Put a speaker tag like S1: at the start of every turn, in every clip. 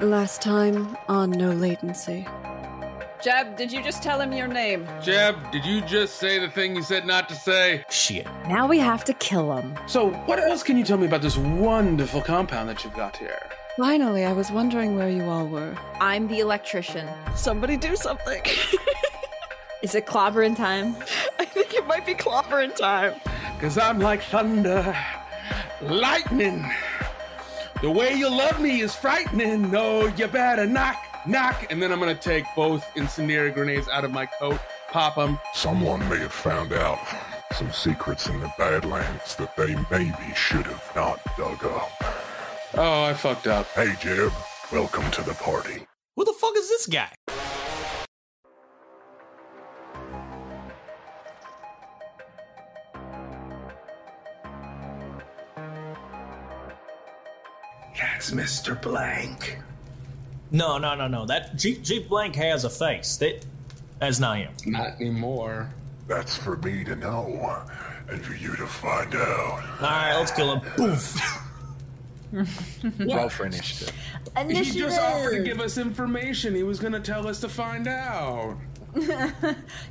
S1: Last time on No Latency.
S2: Jeb, did you just tell him your name?
S3: Jeb, did you just say the thing you said not to say?
S4: Shit.
S5: Now we have to kill him.
S6: So, what else can you tell me about this wonderful compound that you've got here?
S1: Finally, I was wondering where you all were.
S7: I'm the electrician.
S2: Somebody do something.
S7: Is it clobbering time?
S2: I think it might be clobbering time.
S6: Because I'm like thunder, lightning. The way you love me is frightening. No,
S3: Oh,
S6: you better knock, knock.
S3: And then I'm going to take both incendiary grenades out of my coat, pop them.
S8: Someone may have found out some secrets in the Badlands that they maybe should have not dug up.
S3: Oh, I fucked up.
S8: Hey, Jeb, welcome to the party.
S4: Who the fuck is this guy?
S9: That's Mr. Blank.
S4: No, no, no, no. That G G Blank has a face. That that's not him.
S3: Not anymore.
S8: That's for me to know and for you to find out.
S4: All right, let's kill him. Boof.
S10: Roll for initiative.
S3: He just offered to give us information. He was going to tell us to find out.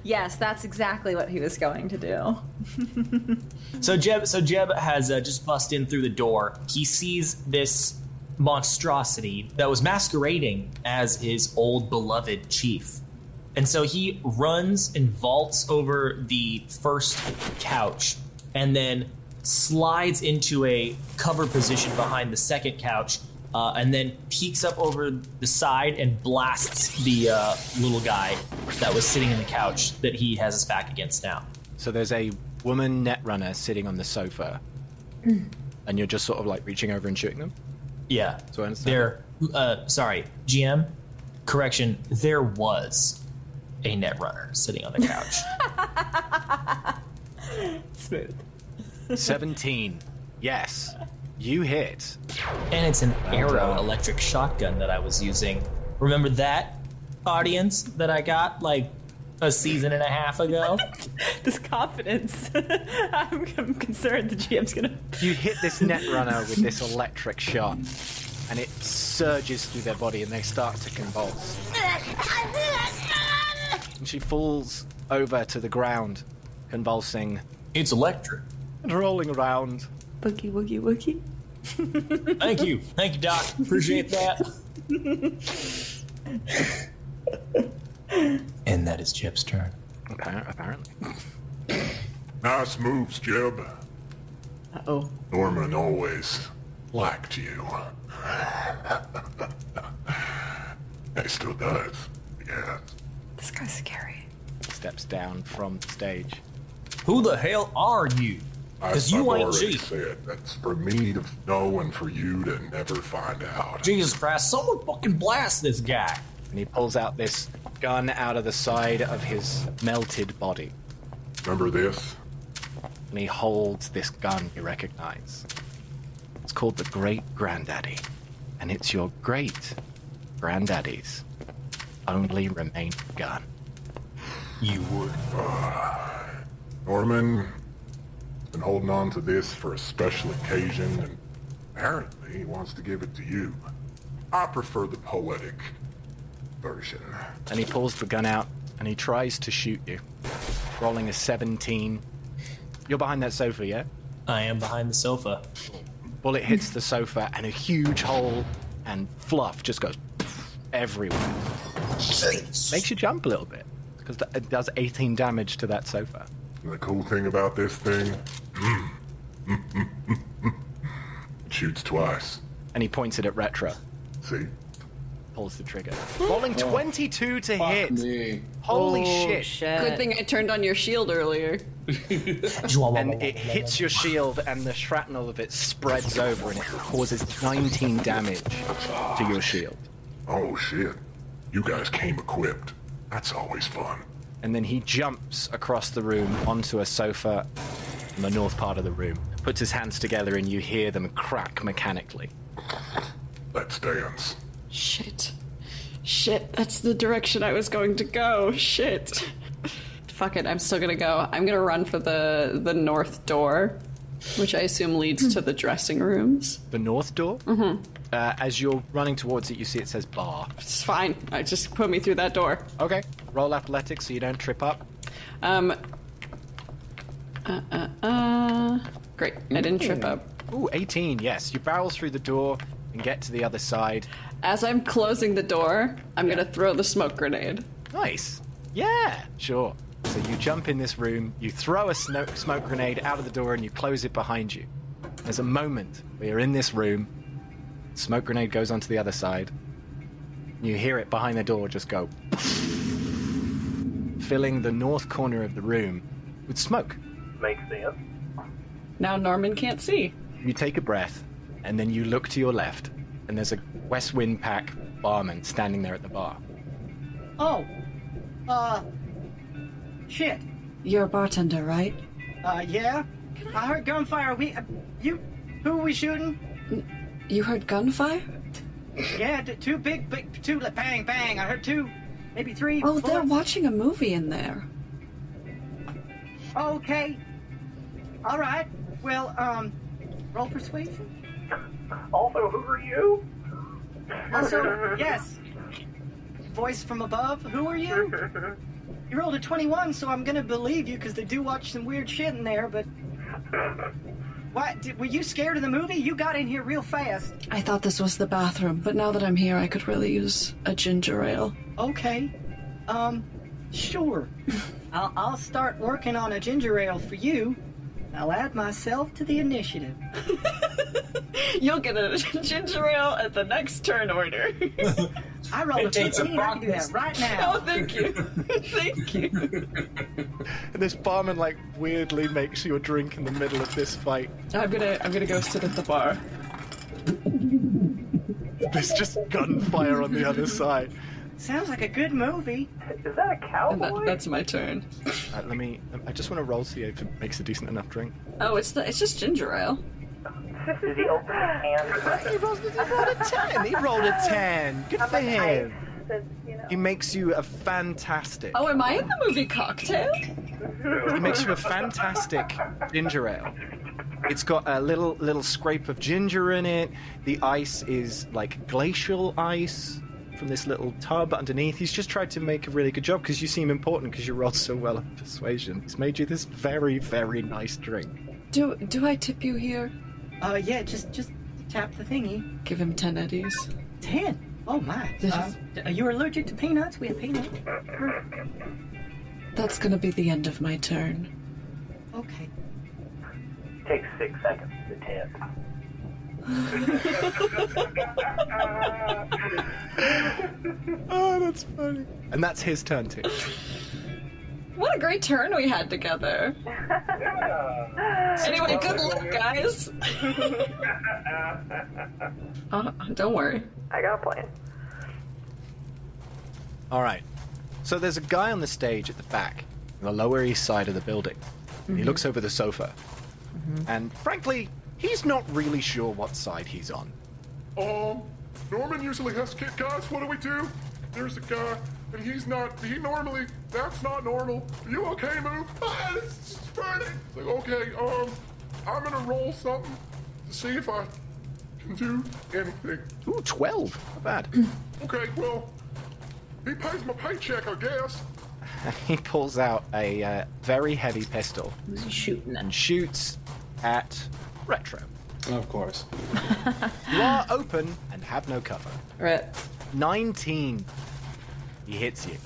S7: Yes, that's exactly what he was going to do.
S4: So Jeb, so Jeb has uh, just bust in through the door. He sees this monstrosity that was masquerading as his old beloved chief, and so he runs and vaults over the first couch, and then slides into a cover position behind the second couch. Uh, and then peeks up over the side and blasts the uh, little guy that was sitting in the couch that he has his back against now.
S10: So there's a woman netrunner sitting on the sofa, and you're just sort of like reaching over and shooting them.
S4: Yeah.
S10: So I understand.
S4: There, uh, sorry, GM, correction, there was a netrunner sitting on the couch.
S7: Smooth.
S10: Seventeen. Yes, you hit.
S4: and it's an arrow
S10: done.
S4: electric shotgun that I was using. Remember that audience that I got like a season and a half ago?
S7: This confidence. I'm, I'm concerned the GM's gonna.
S10: You hit this netrunner with this electric shot, and it surges through their body, and they start to convulse. And she falls over to the ground, convulsing
S4: it's electric.
S10: and rolling around.
S1: Boogie woogie woogie.
S4: Thank you, thank you, Doc. Appreciate that. and that is Jeb's turn.
S10: Appar- Apparently.
S8: Nice moves, Jeb.
S7: Uh oh.
S8: Norman always liked you. he still does. Yeah.
S1: This guy's scary.
S10: Steps down from the stage.
S4: Who the hell are you?
S8: I-
S4: Because you
S8: I've
S4: ain't
S8: already
S4: G.
S8: said that's for me to know and for you to never find out.
S4: Jesus Christ! Someone fucking blast this guy.
S10: And he pulls out this gun out of the side of his melted body.
S8: Remember this?
S10: and he holds this gun you recognize. It's called the Great Granddaddy, and it's your great granddaddy's only remaining gun.
S4: You would.
S8: Uh, Norman been holding on to this for a special occasion and apparently he wants to give it to you. I prefer the poetic version.
S10: And he pulls the gun out and he tries to shoot you, rolling a 17. You're behind that sofa, yeah?
S4: I am behind the sofa.
S10: Bullet hits the sofa, and a huge hole and fluff just goes everywhere. Makes you jump a little bit because it does 18 damage to that sofa.
S8: And the cool thing about this thing, it shoots twice.
S10: And he points it at Retro.
S8: See?
S10: pulls the trigger. Rolling 22 to hit.
S3: Me.
S10: Holy Oh,
S1: Oh,
S10: shit.
S2: Good thing I turned on your shield earlier.
S10: And it hits your shield, and the shrapnel of it spreads over and it causes 19 damage to your shield.
S8: Oh shit. You guys came equipped. That's always fun.
S10: And then he jumps across the room onto a sofa in the north part of the room, puts his hands together, and you hear them crack mechanically.
S8: Let's dance.
S1: Shit. Shit, that's the direction I was going to go. Shit. Fuck it, I'm still gonna go. I'm gonna run for the the north door.
S2: Which I assume leads to the dressing rooms.
S10: The north door?
S2: Mm-hmm.
S10: Uh, as you're running towards it, you see it says bar.
S2: It's fine. I just put me through that door.
S10: Okay. Roll athletics so you don't trip up.
S2: Um. Uh, uh, uh. Great. I didn't trip up.
S10: Ooh, 18, yes. You barrel through the door and get to the other side.
S2: As I'm closing the door, I'm gonna throw the smoke grenade.
S10: Nice. Yeah, sure. So you jump in this room, you throw a sno- smoke grenade out of the door, and you close it behind you. There's a moment where you're in this room, smoke grenade goes onto the other side, you hear it behind the door just go. filling the north corner of the room with smoke.
S11: Makes sense.
S2: Now Norman can't see.
S10: You take a breath, and then you look to your left, and there's a West Wind Pack barman standing there at the bar.
S12: Oh, uh, shit.
S1: You're a bartender, right?
S12: Uh, yeah. I heard gunfire. We, uh, you, who we shooting?
S1: You heard gunfire?
S12: Yeah, t- two big, big, two li- bang, bang. I heard two, maybe three.
S1: Oh,
S12: four.
S1: they're watching a movie in there.
S12: Okay. All right. Well, um, roll persuasion.
S11: Also, who are you?
S12: Also, yes. Voice from above. Who are you? You rolled a 21, so I'm gonna believe you because they do watch some weird shit in there. But what? Did, were you scared of the movie? You got in here real fast.
S1: I thought this was the bathroom, but now that I'm here, I could really use a ginger ale.
S12: Okay. Um, sure. I'll, I'll start working on a ginger ale for you. I'll add myself to the initiative.
S2: You'll get a ginger ale at the next turn order.
S12: I rolled a
S2: It takes a
S12: 15. I can do that
S2: box.
S12: right now.
S2: Oh, thank you. thank you.
S10: And this barman, like, weirdly makes your drink in the middle of this fight.
S2: I'm gonna, I'm gonna go sit at the bar.
S10: There's just gunfire on the other side.
S12: Sounds like a good movie.
S11: Is that a cowboy?
S2: that's my turn.
S10: Uh, let me. I just want to roll see if it makes a decent enough drink.
S2: Oh, it's the, it's just ginger ale.
S11: Did he open his hand?
S10: He rolled, a 10. He rolled a 10. Good for him. He makes you a fantastic.
S2: Oh, am I in the movie Cocktail?
S10: He makes you a fantastic ginger ale. It's got a little little scrape of ginger in it. The ice is like glacial ice from this little tub underneath. He's just tried to make a really good job because you seem important because you rolled so well on persuasion. He's made you this very very nice drink.
S1: Do do I tip you here?
S12: Uh, yeah, just just tap the thingy.
S1: Give him ten eddies.
S12: Ten. Oh my.
S1: This
S12: Uh, are you allergic to peanuts? We have peanuts.
S1: That's gonna be the end of my turn.
S12: Okay.
S11: Takes six seconds to tip.
S10: Oh, that's funny. And that's his turn too.
S2: What a great turn we had together. Anyway, good luck, guys.
S1: Uh,
S10: Uh-huh.
S2: Oh, don't worry.
S11: I got a plan.
S10: All right. So there's a guy on the stage at the back, on the Lower East Side of the building. And He
S13: Mhm.
S10: looks over the sofa, and frankly, he's not really sure what side he's on.
S8: Um, Norman usually has kick guys. What do we do? There's a guy, and he's not. He normally. That's not normal. Are you okay, Moo? Ah, it's just burning. It's like, okay, um, I'm gonna roll something to see if I can do anything.
S10: Ooh, twelve. Not bad.
S8: Okay, well, he pays my paycheck, I guess.
S10: he pulls out a uh, very heavy pistol.
S7: Who's he shooting
S10: And shoots at Retro.
S3: Of course.
S10: You are open and have no cover.
S2: Right.
S10: 19. He hits you.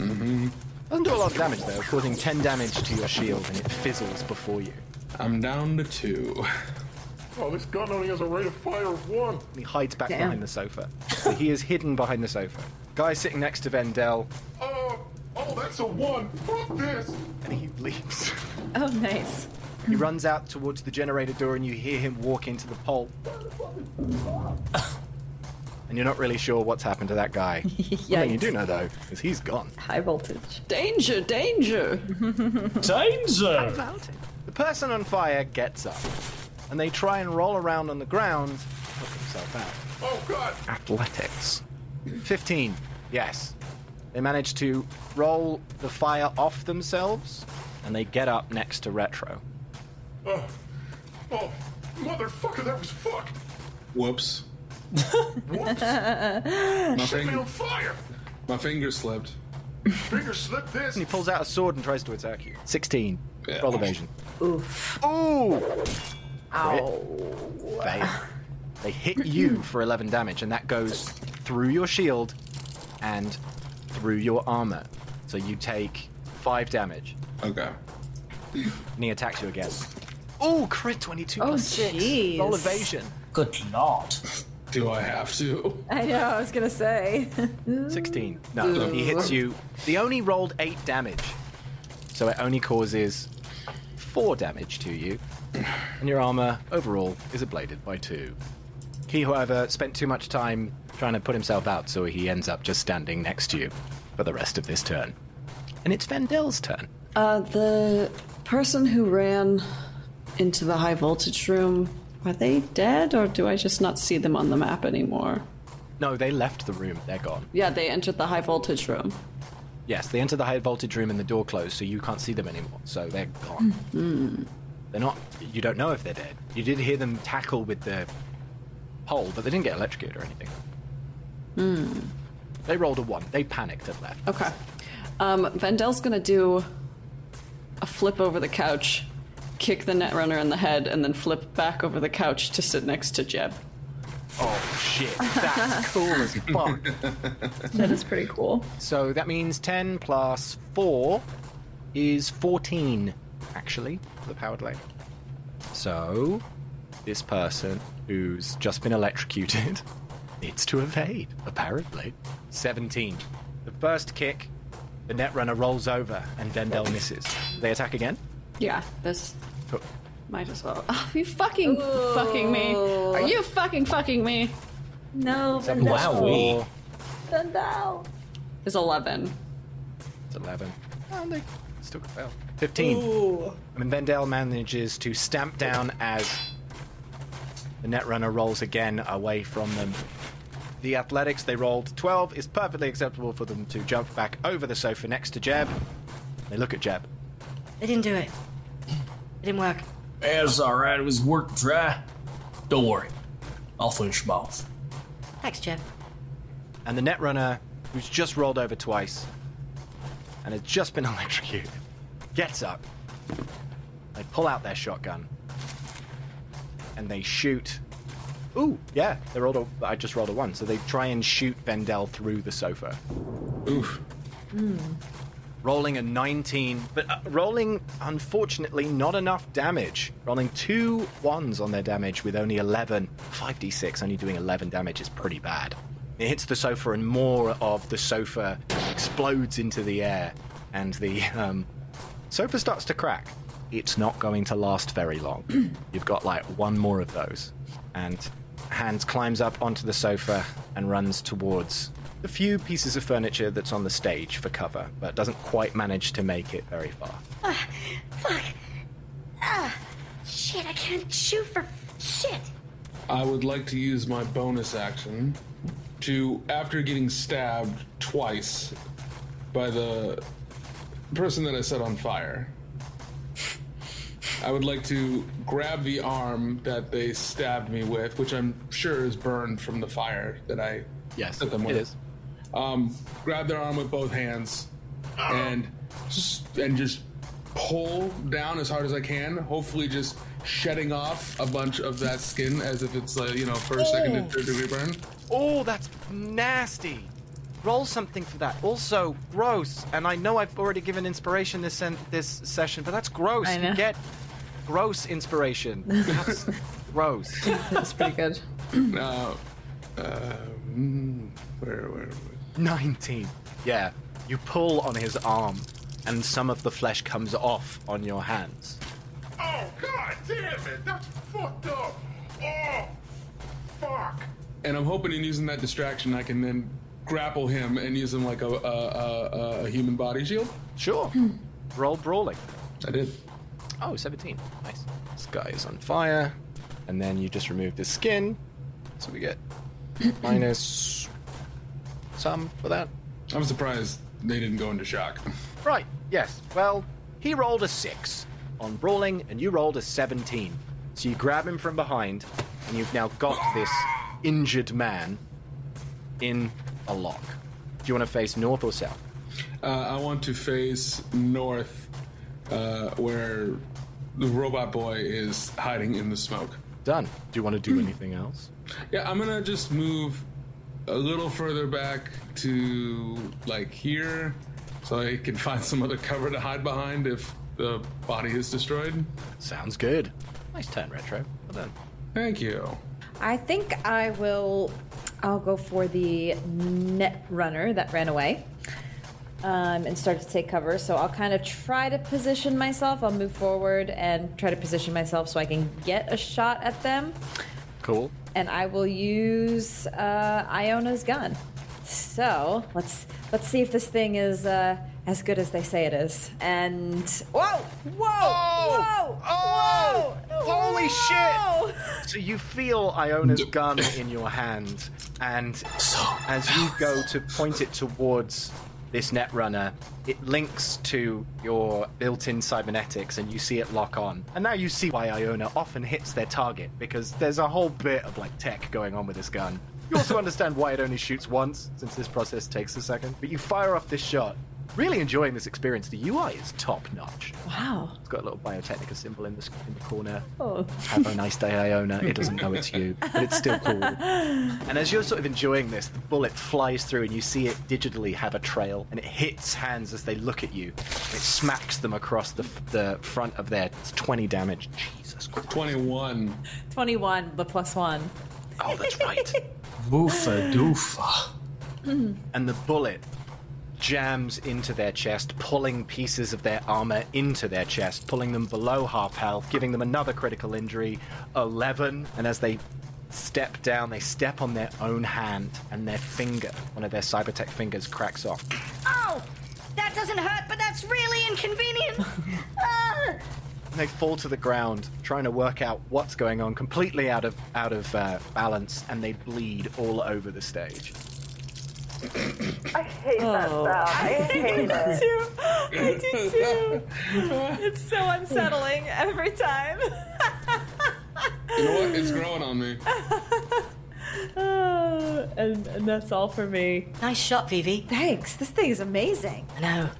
S10: Mm-hmm. Doesn't do a lot of damage, though, causing 10 damage to your shield, and it fizzles before you.
S3: I'm down to two.
S8: Oh, this gun only has a rate of fire of one.
S10: He hides back
S8: Damn.
S10: behind the sofa. So he is hidden behind the sofa. Guy sitting next to Vendel,
S8: Oh, oh, that's a one. Fuck this.
S10: and he leaps.
S7: Oh, nice.
S10: he runs out towards the generator door, and you hear him walk into the pole. and you're not really sure what's happened to that guy. yeah, you do know though, is he's gone.
S7: High voltage.
S2: Danger, danger.
S10: High voltage. The person on fire gets up, and they try and roll around on the ground, to help himself out.
S8: Oh God.
S10: Athletics. 15. Yes. They manage to roll the fire off themselves and they get up next to Retro.
S8: Oh, Oh, motherfucker, that was fuck.
S3: Whoops.
S8: Whoops.
S3: My
S8: Shit me
S3: finger,
S8: on fire.
S3: my finger slipped.
S8: Finger slip this.
S6: He pulls out a sword and tries to attack you.
S10: 16. Roll evasion.
S6: Oof. Ooh!
S10: Crit. Fail. They hit you for 11 damage, and that goes through your shield and through your armor. So you take 5 damage.
S3: Okay.
S10: And he attacks you again. Oh, crit 22.
S7: Oh,
S10: plus six.
S7: jeez.
S10: Roll evasion.
S4: Good lord.
S3: Do I have to?
S7: I know, I was gonna say.
S10: 16. No, he hits you. He only rolled 8 damage. So it only causes 4 damage to you. And your armor overall is ablated by 2. He, however, spent too much time trying to put himself out, so he ends up just standing next to you for the rest of this turn. And it's Vendel's turn.
S1: Uh, the person who ran into the high voltage room, are they dead or do I just not see them on the map anymore?
S10: No, they left the room. They're gone.
S1: Yeah, they entered the high voltage room.
S10: Yes, they enter the high voltage room and the door closed, so you can't see them anymore. So they're gone. They're not. You don't know if they're dead. You did hear them tackle with the pole, but they didn't get electrocuted or anything.
S1: Hmm.
S10: They rolled a one. They panicked and left.
S1: Okay. Um, Vendel's gonna do a flip over the couch, kick the netrunner in the head, and then flip back over the couch to sit next to Jeb.
S10: Oh shit! That's cool as fuck.
S7: That is pretty cool.
S10: So that means ten plus four is fourteen, actually, for the powered leg. So this person who's just been electrocuted needs to evade, apparently. Seventeen. The first kick, the netrunner rolls over and Vendel misses. They attack again.
S1: Yeah, this
S10: Cool.
S1: might as well. Oh, you fucking fucking me. Are you fucking fucking me?
S7: No,
S10: Seven plus four
S7: Vendel.
S1: Is 11.
S10: is eleven.
S7: Oh, they
S10: Still got fail. Fifteen. I mean, Vendel manages to stamp down as the Netrunner rolls again away from them. The athletics they rolled 12 is perfectly acceptable for them to jump back over the sofa next to Jeb. They look at Jeb.
S12: They didn't do it. It didn't work.
S4: Yeah, it's alright. It was work dry. Don't worry. I'll finish him off.
S12: Thanks, Jeff.
S10: And the Netrunner, who's just rolled over twice and has just been electrocuted, gets up. They pull out their shotgun and they shoot. Ooh, yeah, they rolled a. I just rolled a one, so they try and shoot Vendel through the sofa. Oof. Rolling a 19, but uh, rolling, unfortunately, not enough damage. Rolling two ones on their damage with only 11. 5d6, only doing 11 damage is pretty bad. It hits the sofa, and more of the sofa explodes into the air, and the um, sofa starts to crack. It's not going to last very long. You've got like one more of those. And Hans climbs up onto the sofa and runs towards the few pieces of furniture that's on the stage for cover, but doesn't quite manage to make it very far.
S13: Fuck. Ah, shit, I can't shoot for shit.
S3: I would like to use my bonus action to, after getting stabbed twice by the person that I set on fire, I would like to grab the arm that they stabbed me with, which I'm sure is burned from the fire that I
S10: Yes,
S3: set them
S10: it
S3: with.
S10: is.
S3: Um, grab their arm with both hands and just and just pull down as hard as I can. Hopefully, just shedding off a bunch of that skin as if it's like you know first, second, and third degree burn.
S10: Oh, that's nasty. Roll something for that. Also, gross. And I know I've already given inspiration this sen- this session, but that's gross.
S7: I know.
S10: You get gross inspiration. That's gross.
S7: That's pretty good.
S3: Now, um, where where?
S10: 19. Yeah. You pull on his arm, and some of the flesh comes off on your hands.
S8: Oh, god damn it. That's fucked up. Oh, fuck.
S3: And I'm hoping in using that distraction, I can then grapple him and use him like a a, a, a- a human body shield.
S10: Sure. Roll brawling.
S3: I did.
S10: Oh, 17. Nice. This guy is on fire. And then you just remove the skin. So we get minus some for that.
S3: I'm surprised they didn't go into shock.
S10: Right, yes. Well, he rolled a 6 on brawling, and you rolled a 17. So you grab him from behind, and you've now got this injured man in a lock. Do you want to face north or south?
S3: Uh, I want to face north, uh, where the robot boy is hiding in the smoke.
S10: Done. Do you want to do anything else?
S3: Yeah, I'm gonna just move a little further back to like here, so I can find some other cover to hide behind if the body is destroyed.
S10: Sounds good. Nice turn, retro. Well done.
S3: Thank you.
S2: I think I will. I'll go for the net runner that ran away um, and start to take cover. So I'll kind of try to position myself. I'll move forward and try to position myself so I can get a shot at them.
S10: Cool.
S2: And I will use uh, Iona's gun. So let's let's see if this thing is uh, as good as they say it is. And whoa, whoa,
S10: Oh!
S2: whoa,
S10: Oh!
S2: whoa,
S10: Holy
S2: whoa!
S10: So you feel Iona's gun in your hand, and as you go to point it towards this netrunner, it links to your built-in cybernetics, and you see it lock on. And now you see why Iona often hits their target because there's a whole bit of like tech going on with this gun. You also understand why it only shoots once, since this process takes a second. But you fire off this shot. Really enjoying this experience. The UI is top notch.
S2: Wow.
S10: It's got a little Biotechnica symbol in the, in the corner.
S2: Oh.
S10: Have a nice day, Iona. It doesn't know it's you, but it's still cool. And as you're sort of enjoying this, the bullet flies through and you see it digitally have a trail and it hits hands as they look at you. It smacks them across the, the front of their it's 20 damage. Jesus Christ.
S3: 21.
S2: 21, the plus one.
S10: Oh, that's right.
S4: Woofa doofa.
S10: and the bullet jams into their chest, pulling pieces of their armor into their chest, pulling them below half health, giving them another critical injury, 11. And as they step down, they step on their own hand, and their finger, one of their cybertech fingers, cracks off.
S13: Oh! That doesn't hurt, but that's really inconvenient! Ah!
S10: And they fall to the ground, trying to work out what's going on, completely out of out of uh, balance, and they bleed all over the stage.
S11: I hate that
S2: Oh.
S11: sound. I hate
S7: I
S11: it.
S7: do. I do too. It's so unsettling every time.
S3: You know what? It's growing on me.
S7: Uh, and, and that's all for me.
S12: Nice shot, Vivi.
S2: Thanks. This thing is amazing.
S12: I know.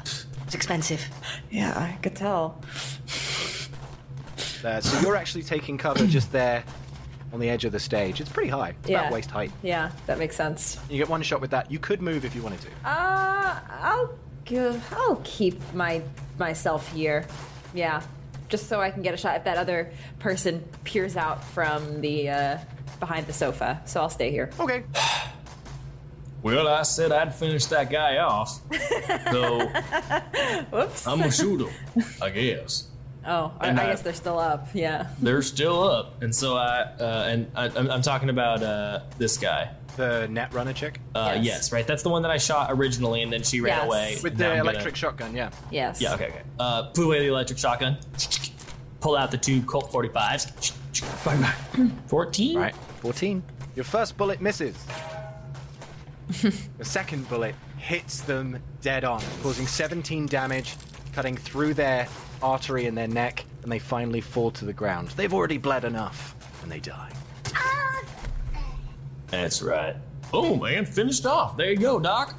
S12: It's expensive.
S2: Yeah, I could tell.
S10: Uh, so you're actually taking cover just there on the edge of the stage. It's pretty high. It's
S2: Yeah.
S10: about waist height.
S2: Yeah, that makes sense.
S10: You get one shot with that. You could move if you wanted to.
S2: Uh, I'll give. I'll keep my myself here. Yeah, just so I can get a shot if that other person peers out from the uh, behind the sofa. So I'll stay here.
S10: Okay.
S4: Well, I said I'd finish that guy off, so
S2: Whoops.
S4: I'm gonna shoot him. I guess
S2: Oh, I, I
S4: And, uh,
S2: guess they're still up. Yeah.
S4: they're still up, and so I uh, and I, I'm, I'm talking about uh, this guy.
S10: The net runner chick
S4: Uh, yes.
S2: Yes.
S4: right. That's the one that I shot originally, and then she ran
S2: Yes.
S4: away
S10: with
S4: and now
S10: the
S4: I'm gonna-
S10: electric shotgun. Yeah.
S2: Yes.
S4: Yeah, okay, okay. Uh, put away the electric shotgun. Pull out the two Colt 45s. 14?
S10: Right. Fourteen. Your first bullet misses. the second bullet hits them dead on, causing 17 damage, cutting through their artery in their neck, and they finally fall to the ground. They've already bled enough, and they die.
S13: Ah!
S4: That's right. Oh, man, finished off. There you go, Doc.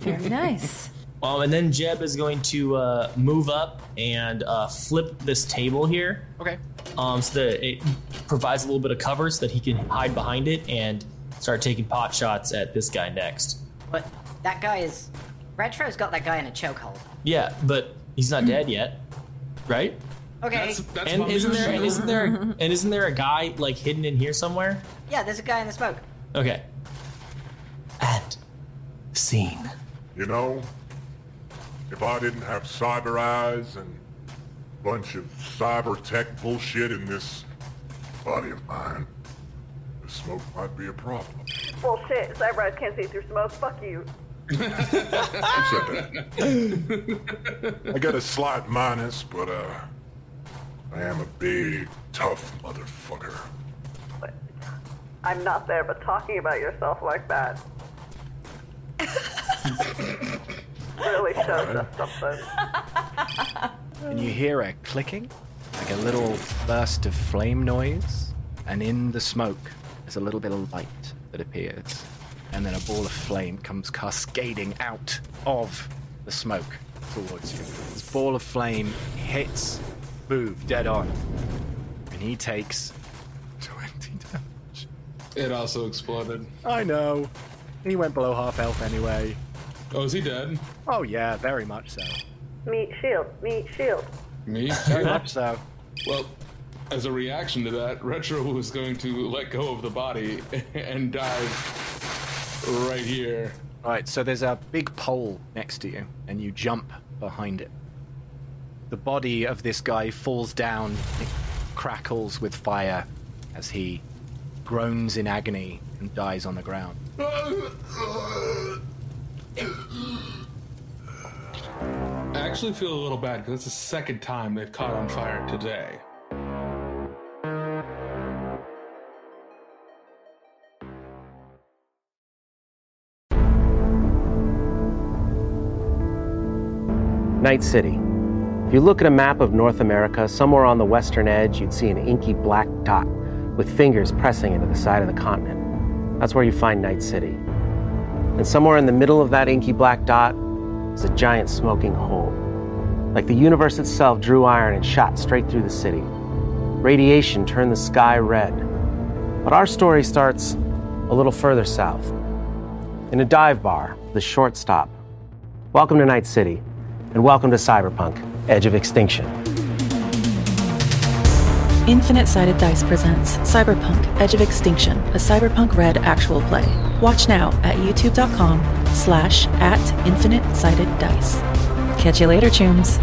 S2: Very nice.
S4: um, and then Jeb is going to uh, move up and uh, flip this table here
S10: Okay.
S4: um, so that it provides a little bit of cover so that he can hide behind it and start taking pot shots at this guy next.
S12: But that guy is. Retro's got that guy in a chokehold.
S4: Yeah, but he's not dead yet, right?
S12: Okay.
S3: That's, that's
S4: and
S3: my
S4: isn't there and
S3: mission.
S4: isn't there and isn't there a guy like hidden in here somewhere?
S12: Yeah, there's a guy in the smoke.
S4: Okay. And scene.
S8: You know, if I didn't have cyber eyes and bunch of cyber tech bullshit in this body of mine, the smoke might be a problem.
S14: Bullshit. Cyber eyes can't see through smoke. Fuck you.
S8: Who said that? I got a slight minus, but uh, I am a big, tough motherfucker.
S14: I'm not there, but talking about yourself like that really shows us something.
S10: And you hear a clicking, like a little burst of flame noise, and in the smoke, there's a little bit of light that appears, and then a ball of flame comes cascading out of the smoke towards you. This ball of flame hits Boov dead on, and he takes 20 damage.
S3: It also exploded.
S10: I know. He went below half health anyway.
S3: Oh, is he dead?
S10: Oh, yeah, very much so.
S14: Meat shield, meat shield.
S3: Me?
S10: Very much so.
S3: Well, as a reaction to that, Retro was going to let go of the body and dive right here.
S10: Alright, so there's a big pole next to you, and you jump behind it. The body of this guy falls down, it crackles with fire as he groans in agony and dies on the ground.
S3: I actually feel a little bad because it's the second time they've caught on fire today.
S15: Night City. If you look at a map of North America, somewhere on the western edge, you'd see an inky black dot with fingers pressing into the side of the continent. That's where you find Night City. And somewhere in the middle of that inky black dot is a giant smoking hole. Like the universe itself drew iron and shot straight through the city. Radiation turned the sky red. But our story starts a little further south. In a dive bar, the shortstop. Welcome to Night City, and welcome to Cyberpunk Edge of Extinction.
S16: Infinite Sided Dice presents Cyberpunk Edge of Extinction, a Cyberpunk Red actual play. Watch now at youtube.com slash at infinite sided dice. Catch you later, chooms.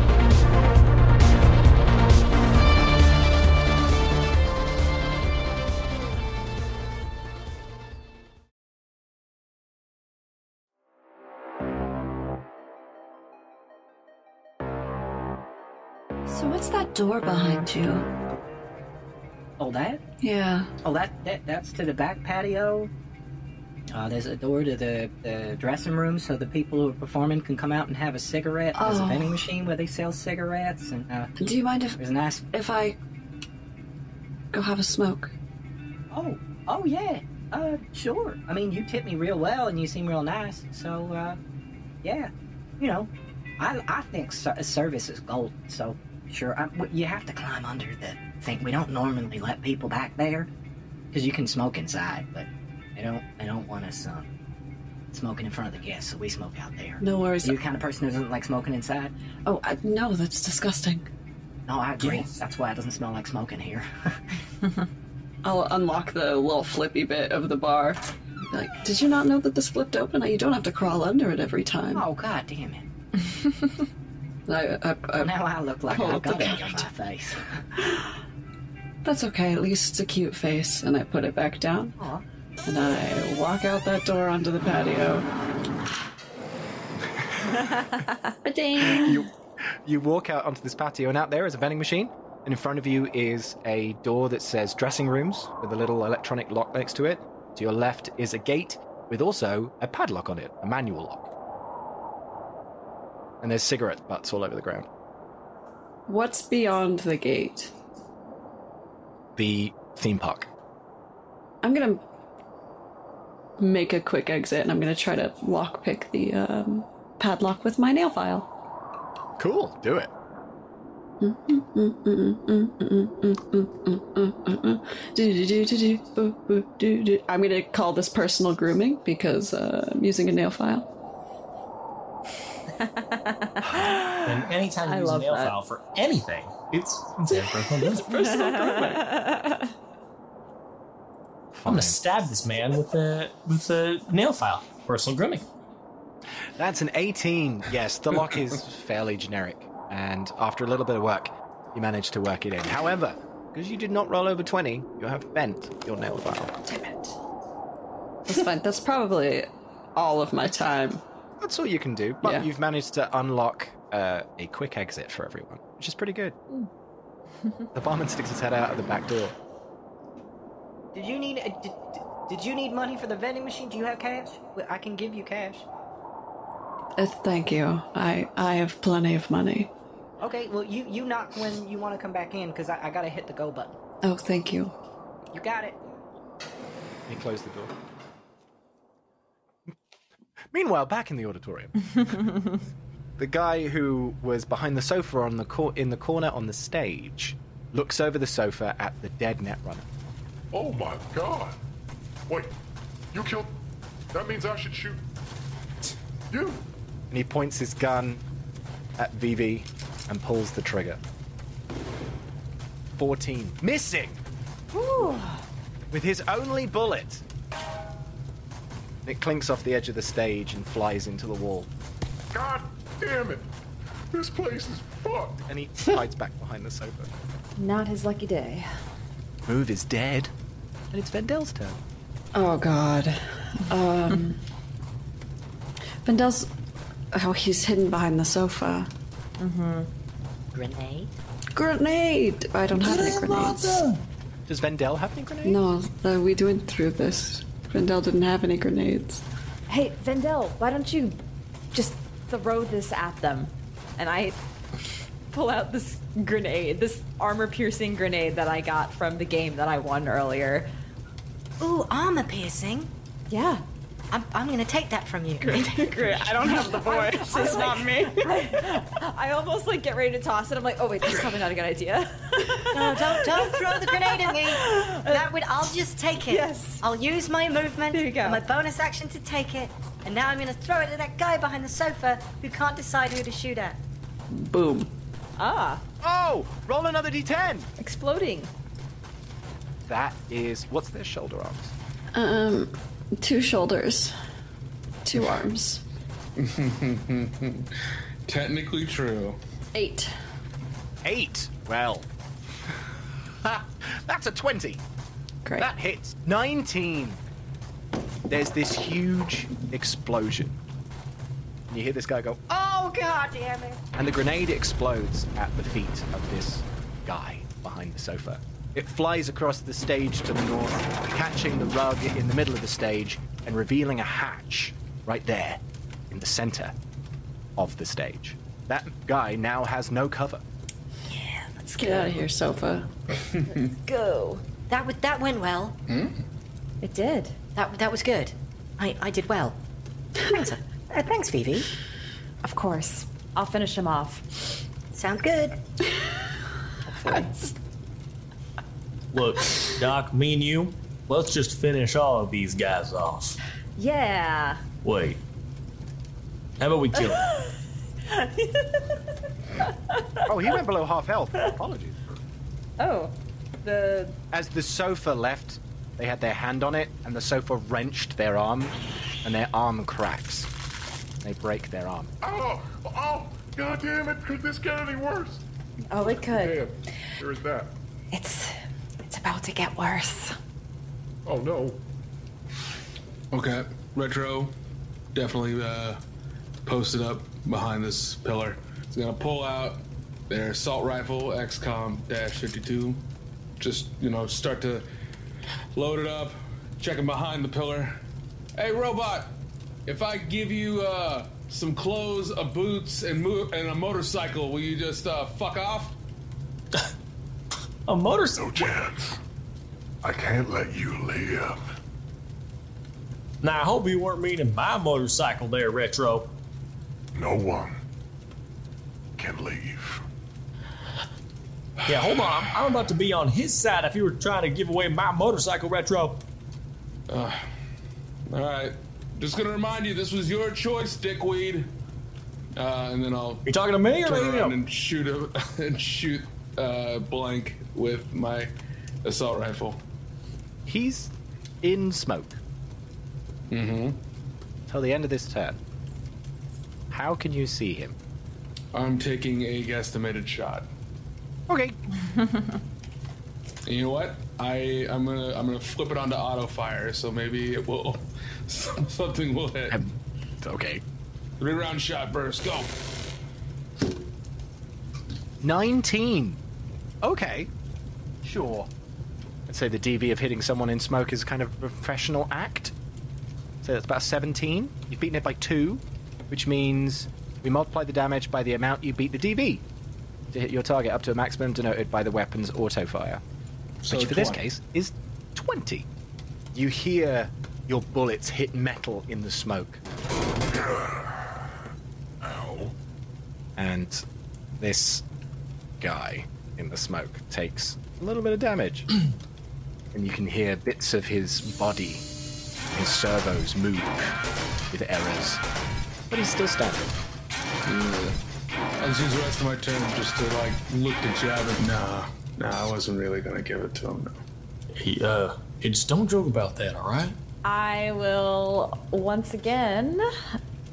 S17: So what's that door behind you?
S12: Oh, that?
S17: Yeah.
S12: Oh, that, that that's to the back patio. Uh, there's a door to the, the dressing room so the people who are performing can come out and have a cigarette. There's a
S17: Oh.
S12: vending machine where they sell cigarettes. And uh,
S17: Do you mind if
S12: there's a nice.
S17: if I go have a smoke?
S12: Oh, oh yeah. Uh, sure. I mean, you tip me real well and you seem real nice. So, uh, yeah. You know, I I think ser- service is gold. So, sure. I, w- you have to climb under the thing. We don't normally let people back there because you can smoke inside, but they don't they don't want us um, smoking in front of the guests. So we smoke out there.
S17: No worries.
S12: You the kind of person who doesn't like smoking inside?
S17: Oh I, no, that's disgusting.
S12: No, I agree. That's why it doesn't smell like smoking here.
S1: I'll unlock the little flippy bit of the bar. Be Like, did you not know that this flipped open? Oh, You don't have to crawl under it every time.
S12: Oh god damn it!
S1: I, I, I,
S12: now I look like
S1: pull
S12: I've
S1: up the
S12: got it on
S1: couch.
S12: my face.
S1: That's okay. At least it's a cute face, and I put it back down.
S12: Aw.
S1: And I walk out that door onto the patio.
S10: you, you walk out onto this patio, and out there is a vending machine, and in front of you is a door that says dressing rooms with a little electronic lock next to it. To your left is a gate with also a padlock on it, a manual lock. And there's cigarette butts all over the ground.
S1: What's beyond the gate?
S10: The theme park.
S1: I'm gonna make a quick exit, and I'm gonna try to lockpick the um, padlock with my nail file.
S10: Cool, do it.
S1: Mm. Do-do-do-do-do, I'm gonna call this personal grooming because uh, I'm using a nail file.
S4: And anytime you
S1: I
S4: use a
S1: love
S4: nail
S1: that.
S4: file for anything, it's considered personal grooming.
S1: Personal grooming.
S4: I'm gonna stab this man with a with a nail file. Personal grooming.
S10: That's an 18. Yes, the lock is fairly generic. And after a little bit of work, you manage to work it in. However, because you did not roll over 20, you have bent your nail file.
S1: Damn it. That's fine. That's probably all of my time.
S10: That's all you can do, but you've managed to unlock uh, a quick exit for everyone, which is pretty good.
S1: Hmm.
S10: the barman sticks his head out of the back door.
S12: Did you need? uh, Did, did you need money for the vending machine? Do you have cash? Well, I can give you cash.
S1: Uh, thank you. I I have plenty of money.
S12: Okay, well, you, you knock when you want to come back in because I, I got to hit the go button.
S17: Oh, thank you.
S12: You got it.
S10: He closed the door. Meanwhile, back in the auditorium, the guy who was behind the sofa on the cor- in the corner on the stage looks over the sofa at the dead netrunner.
S8: Oh my god. Wait, you killed. That means I should shoot you.
S10: and he points his gun at Vivi and pulls the trigger. 14. Missing! With his only bullet. It clinks off the edge of the stage and flies into the wall.
S8: God damn it. This place is fucked.
S10: And he hides back behind the sofa.
S2: Not his lucky day.
S10: Move is dead. And it's Vendel's turn.
S1: Oh God. Um, Vendel's. Oh, he's hidden behind the sofa.
S2: Mm-hmm.
S1: Grenade. Grenade. I don't have any grenades.
S10: Does Vendel have any grenades?
S1: No, uh, we went through this. Vendel didn't have any grenades.
S2: Hey, Vendel, why don't you just throw this at them? And I
S7: pull out this grenade, this armor piercing grenade that I got from the game that I won earlier.
S11: Ooh, armor piercing.
S2: Yeah.
S11: I'm, I'm gonna take that from you.
S7: Great, I don't have the voice. it's not me. I, I almost like get ready to toss it. I'm like, oh wait, that's probably not a good idea.
S11: No, don't don't throw the grenade at me. That would I'll just take it.
S7: Yes.
S11: I'll use my movement
S7: There you go.
S11: and my bonus action to take it. And now I'm gonna throw it at that guy behind the sofa who can't decide who to shoot at.
S1: Boom.
S7: Ah.
S10: Oh! Roll another d10!
S7: Exploding.
S10: That is. What's their shoulder arms?
S1: Um, two shoulders, two arms.
S3: Technically true.
S1: Eight.
S10: Eight. Well. Ha! That's a 20.
S1: Great.
S10: That hits. 19. There's this huge explosion. And you hear this guy go,
S11: Oh god damn it.
S10: and the grenade explodes at the feet of this guy behind the sofa. It flies across the stage to the north, catching the rug in the middle of the stage and revealing a hatch right there in the center of the stage. That guy now has no cover.
S1: Let's get out of here, sofa.
S11: Go. That would that went well.
S2: It did.
S11: That that was good. I, I did well. Thanks. uh, thanks, Phoebe.
S2: Of course. I'll finish him off.
S11: Sounds good.
S4: Look, Doc, me and you, let's just finish all of these guys off.
S2: Yeah.
S4: Wait. How about we kill him?
S10: Oh, he went below half health. Apologies.
S7: Oh, the
S10: As the sofa left, they had their hand on it, and the sofa wrenched their arm, and their arm cracks. They break their arm.
S8: Oh, oh, god damn it. Could this get any worse?
S2: Oh, it could.
S8: Damn. There is that.
S2: It's it's about to get worse.
S8: Oh no.
S3: Okay. Retro definitely uh, posted up behind this pillar. He's gonna pull out their assault rifle XCOM dash 52. Just, you know, start to load it up, check 'em behind the pillar. Hey, robot, if I give you uh, some clothes, a boots, and, mo- and a motorcycle, will you just uh, fuck off?
S4: A motorcycle?
S8: No chance. I can't let you live.
S4: Now, I hope you weren't meaning my motorcycle there, Retro.
S8: No one can leave.
S4: Yeah, hold on. I'm- I'm about to be on his side if you were trying to give away my motorcycle, Retro.
S3: All right. Just gonna remind you, this was your choice, dickweed. Uh, and then I'll
S4: You talking to me or
S3: turn around
S4: him?
S3: and shoot a, and shoot uh, blank with my assault rifle.
S10: He's in smoke.
S3: Mm-hmm.
S10: Till the end of this turn. How can you see him?
S3: I'm taking a guesstimated shot.
S10: Okay.
S3: And you know what? I I'm gonna I'm gonna flip it onto auto fire, so maybe it will something will hit.
S10: Okay.
S3: Three round shot burst. Go.
S10: 19. Okay. Sure. I'd say the DV of hitting someone in smoke is kind of a professional act. So that's about 17. You've beaten it by 2, which means we multiply the damage by the amount you beat the DV. to hit your target up to a maximum denoted by the weapon's auto fire,
S3: So
S10: which for this
S3: 20.
S10: case is 20. You hear your bullets hit metal in the smoke. And this guy in the smoke takes a little bit of damage. and you can hear bits of his body, his servos move with errors. But he's still standing.
S3: I'll just use the rest of my turn just to like look to jab him. Nah, nah, I wasn't really gonna give it to him. No.
S4: He, uh, he just don't joke about that, all right?
S2: I will once again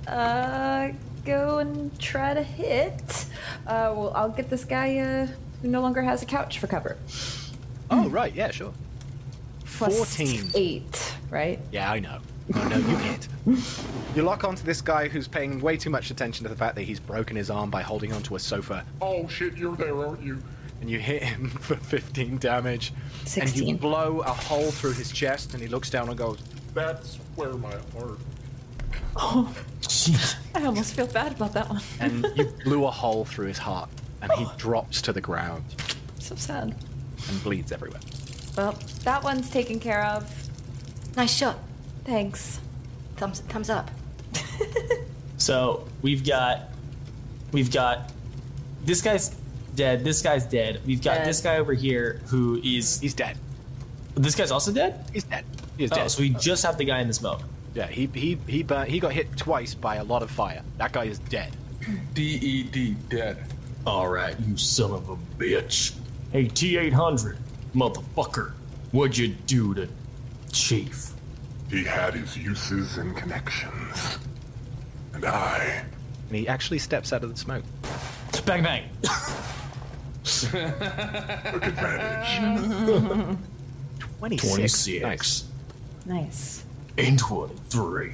S2: uh, go and try to hit. Uh, well, I'll get this guy uh, who no longer has a couch for cover.
S10: Oh, right, yeah, sure.
S2: Hmm. Plus
S10: 14.
S2: Eight, right?
S10: Yeah, I know. I know you hit. You lock onto this guy who's paying way too much attention to the fact that he's broken his arm by holding onto a sofa,
S8: Oh shit, you're there, aren't you?
S10: and you hit him for 15 damage. And you
S8: 16.
S10: blow a hole through his chest, and he looks down and goes,
S8: That's where my heart.
S2: Oh, I almost feel bad about that one.
S10: and you blew a hole through his heart, and he drops to the ground
S2: So sad.
S10: and bleeds everywhere.
S2: Well, that one's taken care of.
S11: Nice shot.
S2: Thanks.
S11: Thumbs thumbs up.
S4: So we've got, we've got, this guy's dead. This guy's dead. We've got this guy over here who is
S10: he's dead.
S4: This guy's also dead.
S10: He's dead. He's
S4: oh,
S10: dead.
S4: so we just have the guy in the smoke.
S10: Yeah, he he he burnt, he got hit twice by a lot of fire. That guy is dead.
S3: D E D dead.
S4: All right, you son of a bitch. Hey, T eight hundred, motherfucker. What'd you do to Chief?
S8: He had his uses and connections. And I.
S10: And he actually steps out of the smoke.
S4: Bang bang.
S2: Uh,
S10: Twenty-six.
S4: 26.
S10: Nice.
S2: Nice.
S4: And 23.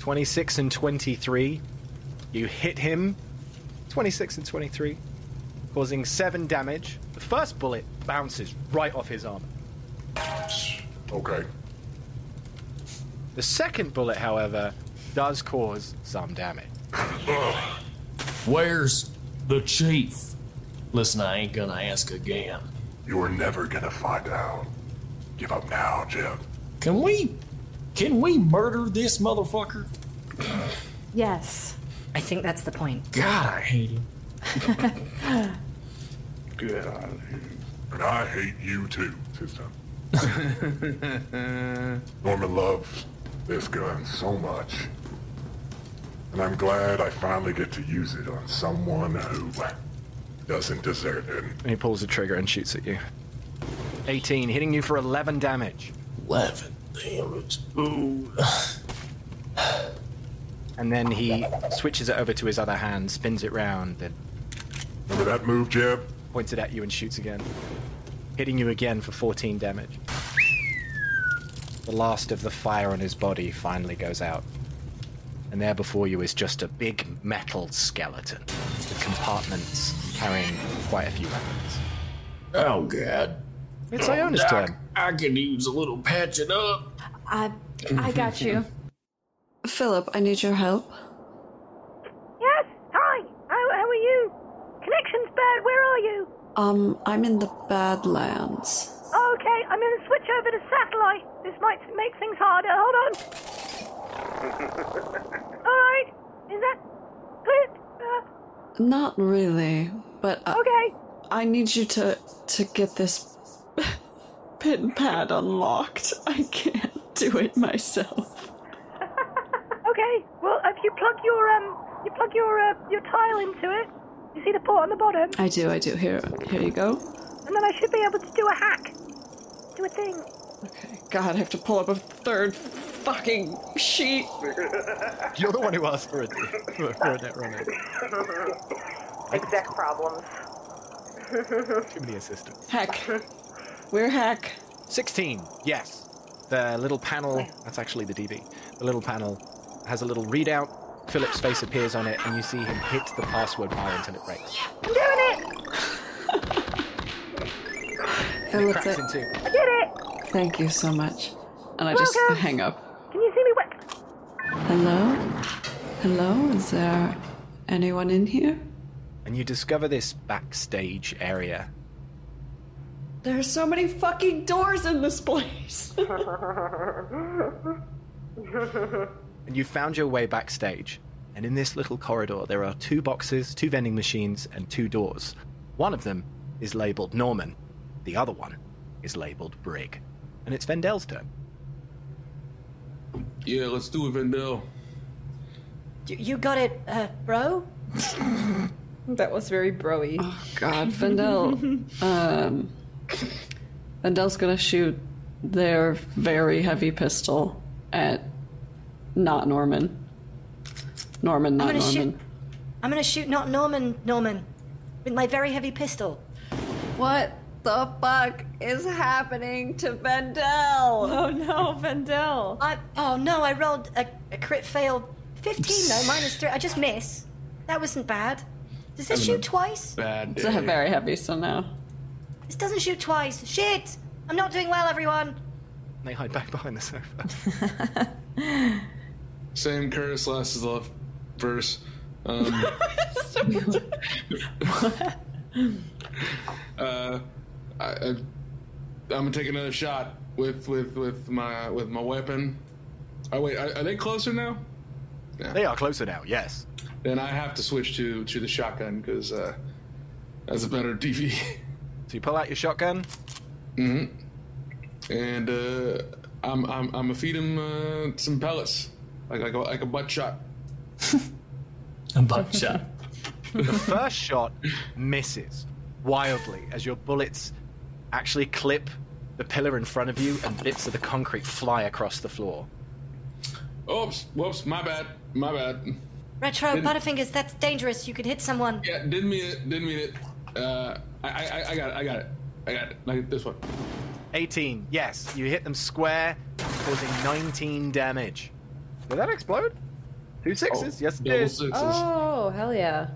S10: 26 and 23. You hit him. 26 and 23. Causing 7 damage. The first bullet bounces right off his arm.
S8: Okay.
S10: The second bullet, however, does cause some damage.
S4: Where's the chief? Listen, I ain't gonna ask again.
S8: You were never gonna find out. Give up now, Jim.
S4: Can we can we murder this motherfucker?
S2: Yes.
S11: I think that's the point.
S4: God, I hate him.
S8: Good on you. And I hate you too, system. Norman loves this gun so much. And I'm glad I finally get to use it on someone who doesn't deserve it.
S10: And he pulls the trigger and shoots at you. 18, hitting you for 11 damage.
S4: 11 damage. Ooh.
S10: And then he switches it over to his other hand, spins it round, and
S8: Remember that move, Jeb?
S10: points it at you and shoots again. Hitting you again for 14 damage. The last of the fire on his body finally goes out. And there before you is just a big metal skeleton with compartments carrying quite a few weapons.
S4: Oh, God.
S10: It's Iona's
S4: Doc,
S10: turn.
S4: I can use a little patching up.
S17: I,
S1: I got you. Philip, I need your help.
S14: Yes, hi. How, how are you? Connections bad, where are you?
S1: Um, I'm in the Badlands.
S14: Oh, okay, I'm going to switch over to satellite. This might make things harder. Hold on. All right. Is that good? Uh,
S1: Not really, but I,
S14: okay.
S1: I need you to to get this pit and pad unlocked. I can't do it myself.
S14: Okay. Well, if you plug your um, you plug your uh, your tile into it, you see the port on the bottom,
S1: I do, I do. Here, here you go.
S14: and then I should be able to do a hack, do a thing.
S1: God, I have to pull up a third fucking sheet.
S10: You're the one who asked for a, for, for a netrunner.
S18: Exec problems.
S10: Too many assistants.
S1: Heck. We're hack.
S10: 16, yes. The little panel, that's actually the DB, the little panel has a little readout. Philip's face appears on it, and you see him hit the password bar until it breaks.
S14: I'm doing it.
S1: Philip,
S10: cracks
S1: that-
S10: in two.
S14: I did it.
S1: thank you so much. And I just
S14: Welcome.
S1: hang up.
S14: Can you see me? What?
S1: Hello? Hello? Is there anyone in here?
S10: and you discover this backstage area.
S1: There are so many fucking doors in this place.
S10: And you found your way backstage. And in this little corridor, there are two boxes, two vending machines, and two doors. One of them is labeled Norman, the other one is labeled Brig. And it's Vendel's turn.
S3: Yeah, let's do it, Vendel.
S11: You- You got it, uh, bro?
S2: that was very broy.
S1: Oh, God, Vendel. um, Vendel's gonna shoot their very heavy pistol at not Norman. Norman, not
S11: I'm gonna
S1: Norman.
S11: shoot. I'm gonna shoot not Norman, Norman, with my very heavy pistol.
S2: What the fuck is happening to Vendel? Oh no, Vendel.
S11: I, oh no, I rolled a, a crit fail. 15 though, minus 3. I just miss. That wasn't bad. Does this
S1: Having a
S10: Hmm.
S11: shoot twice?
S3: Bad
S1: It's a very heavy, so now.
S11: This doesn't shoot twice. Shit! I'm not doing well, everyone.
S10: And they hide back behind the sofa.
S3: Same curse last is left verse. Um, uh, I, I, I'm gonna take another shot with with with my with my weapon. Oh wait, are, are they closer now?
S10: They are closer now, yes.
S3: Then I have to switch to to the shotgun because uh, that's a better DV.
S10: So you pull out your shotgun.
S3: hmm And uh, I'm I'm I'm gonna feed him uh, some pellets, like like a, like a butt shot.
S4: A butt shot.
S10: the first shot misses wildly as your bullets actually clip the pillar in front of you and bits of the concrete fly across the floor.
S3: Oops, whoops, my bad, my bad.
S11: Retro,
S3: Didn't-
S11: Butterfingers, that's dangerous. You could hit someone.
S3: Yeah, didn't mean it. Didn't mean it. Uh, I, I, I got it. I got it. I got it. Like this one.
S10: 18, yes, you hit them square, causing 19 damage. Did that explode? Two sixes, yes, it
S3: double
S10: did.
S3: sixes.
S2: Oh, hell yeah.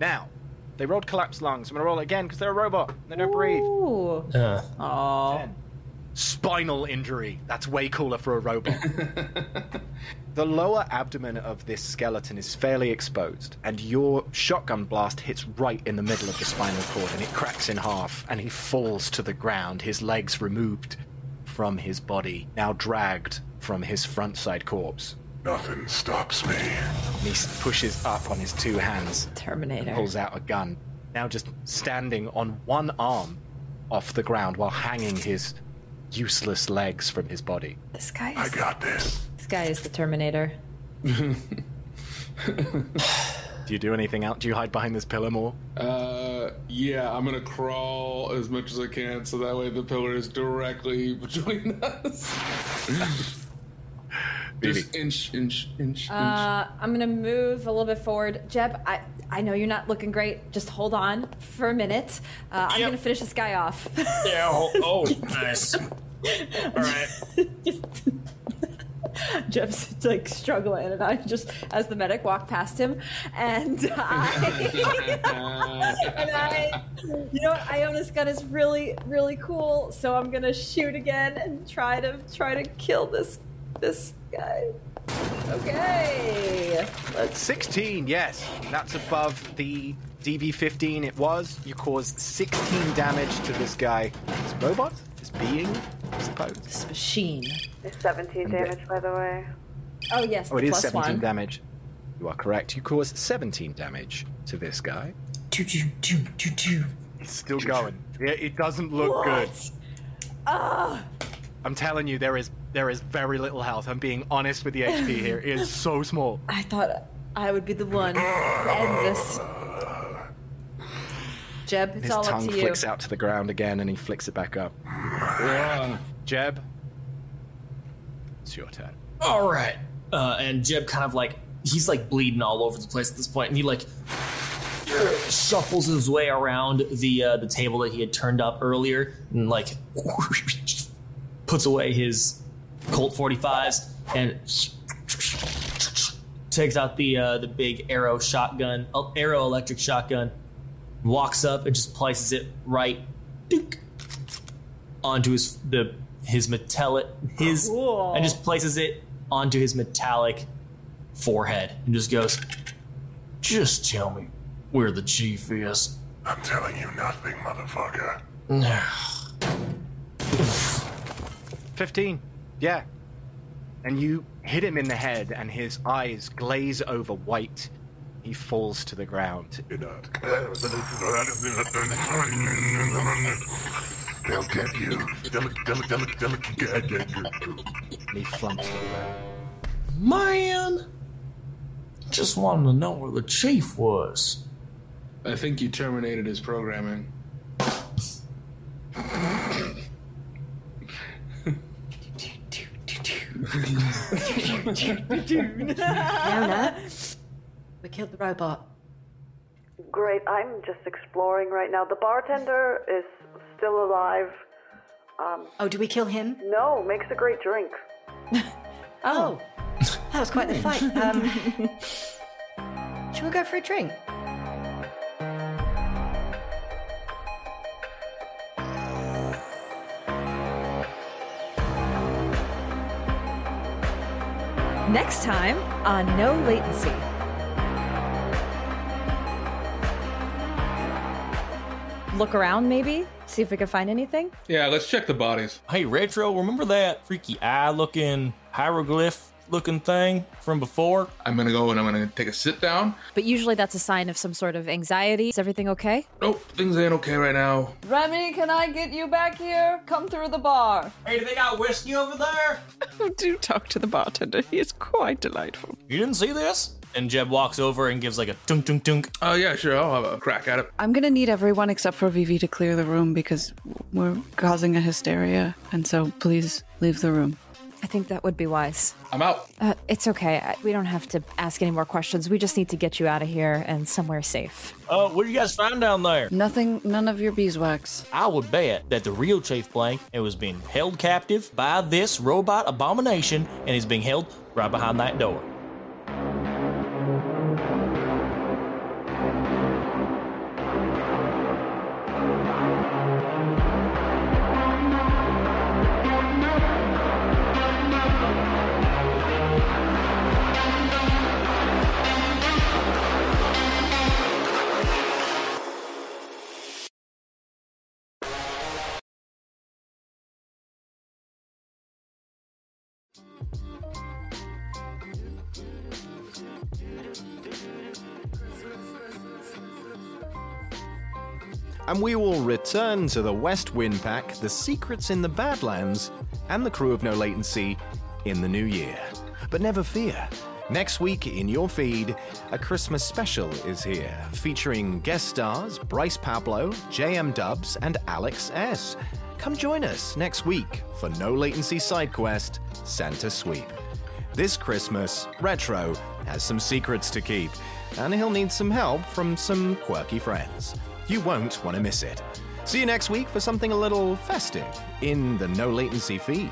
S10: Now, they rolled collapse lungs. I'm going to roll again because they're a robot. They don't breathe.
S2: Ooh.
S4: Uh,
S2: Aww.
S10: Spinal injury. That's way cooler for a robot. the lower abdomen of this skeleton is fairly exposed, and your shotgun blast hits right in the middle of the spinal cord and it cracks in half, and he falls to the ground, his legs removed from his body, now dragged from his front side corpse.
S8: Nothing stops me.
S10: And he s- pushes up on his two hands.
S2: Terminator.
S10: And pulls out a gun. Now just standing on one arm off the ground while hanging his useless legs from his body.
S2: This guy
S8: I
S2: is
S8: got this.
S2: this guy is the Terminator.
S10: Do you do anything else? Do you hide behind this pillar more?
S3: Uh, yeah, I'm gonna crawl as much as I can so that way the pillar is directly between us. Just inch, inch, inch, inch.
S2: Uh, I'm gonna move a little bit forward. Jeb, I, I know you're not looking great. Just hold on for a minute. Uh, I'm
S4: Yep.
S2: gonna finish this guy off.
S4: yeah, oh, oh, nice. All right.
S2: Jeb's like struggling, and I just, as the medic walked past him, and I, and I, you know, what? Iona's gun is really, really cool. So I'm gonna shoot again and try to try to kill this this guy. Okay, let's
S10: 16, yes. That's above the DV 15 it was. You caused 16 damage to this guy. This robot? This being, I suppose.
S2: this machine.
S18: It's 17 damage, by the way.
S2: Oh yes,
S10: Oh, it
S2: the
S10: is
S2: plus
S10: 17
S2: one.
S10: damage. You are correct. You caused 17 damage to this guy. It's still going. Yeah, it doesn't look good.
S2: Oh,
S10: I'm telling you, there is there is very little health. I'm being honest with the HP here. It is so small.
S2: I thought I would be the one to end this. Jeb, it's
S10: His
S2: all up
S10: tongue
S2: to you.
S10: flicks out to the ground again, and he flicks it back up.
S3: Yeah.
S10: Jeb, it's your turn.
S4: all right uh, and jeb kind of like he's like bleeding all over the place at this point and he like shuffles his way around the uh, the table that he had turned up earlier and like puts away his colt 45s and takes out the uh, the big arrow shotgun uh, arrow electric shotgun walks up and just places it right dink, onto his the his metallic his
S2: Cool.
S4: and just places it onto his metallic forehead and just goes just tell me where the chief is.
S8: I'm telling you nothing, motherfucker.
S19: 15. Yeah. And you hit him in the head, and his eyes glaze over white. He falls to the ground.
S8: They'll get you. They'll, they'll, they'll, they'll get you.
S19: And he flumps to the ground.
S4: Man! Just wanted to know where the chief was.
S3: I think you terminated his programming.
S11: Fiona, we killed the robot.
S20: Great. I'm just exploring right now. The bartender is still alive. Um,
S11: oh, do we kill him?
S20: No, makes a great drink.
S11: Oh, that was quite the fight. Um, should we go for a drink?
S2: Next time on No Latency. Look around, maybe? See if we can find anything?
S3: Yeah, let's check the bodies.
S4: Hey, Retro, remember that freaky eye looking hieroglyph looking thing from before?
S3: I'm gonna go and I'm gonna take a sit down.
S2: But usually that's a sign of some sort of anxiety. Is everything okay?
S3: Nope, things ain't okay right now.
S21: Remy, can I get you back here? Come through the bar.
S4: Hey, do they got whiskey over there?
S1: Do talk to the bartender. He is quite delightful.
S4: You didn't see this? And Jeb walks over and gives like a dunk dunk dunk.
S3: Oh, yeah, sure, I'll have a crack at it.
S1: I'm gonna need everyone except for Vivi to clear the room because we're causing a hysteria, and so please leave the room.
S2: I think that would be wise.
S3: I'm out.
S2: Uh, it's okay. I- We don't have to ask any more questions. We just need to get you out of here and somewhere safe.
S4: Uh, what do you guys find down there?
S1: Nothing, none of your beeswax.
S4: I would bet that the real Chief Blank it was being held captive by this robot abomination and is being held right behind that door.
S10: and we will return to the West Wind Pack, the secrets in the Badlands, and the crew of No Latency in the new year. But never fear, next week in your feed, a Christmas special is here, featuring guest stars Bryce Pablo, JM Dubs, and Alex S. Come join us next week for No Latency Side Quest Santa Sweep. This Christmas, Retro has some secrets to keep, and he'll need some help from some quirky friends. You won't want to miss it. See you next week for something a little festive in the No Latency feed.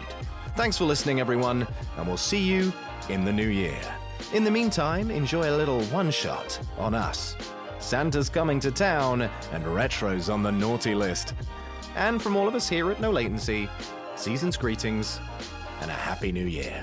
S10: Thanks for listening, everyone, and we'll see you in the new year. In the meantime, enjoy a little one shot on us. Santa's coming to town, and Retro's on the naughty list. And from all of us here at No Latency, season's greetings and a happy new year.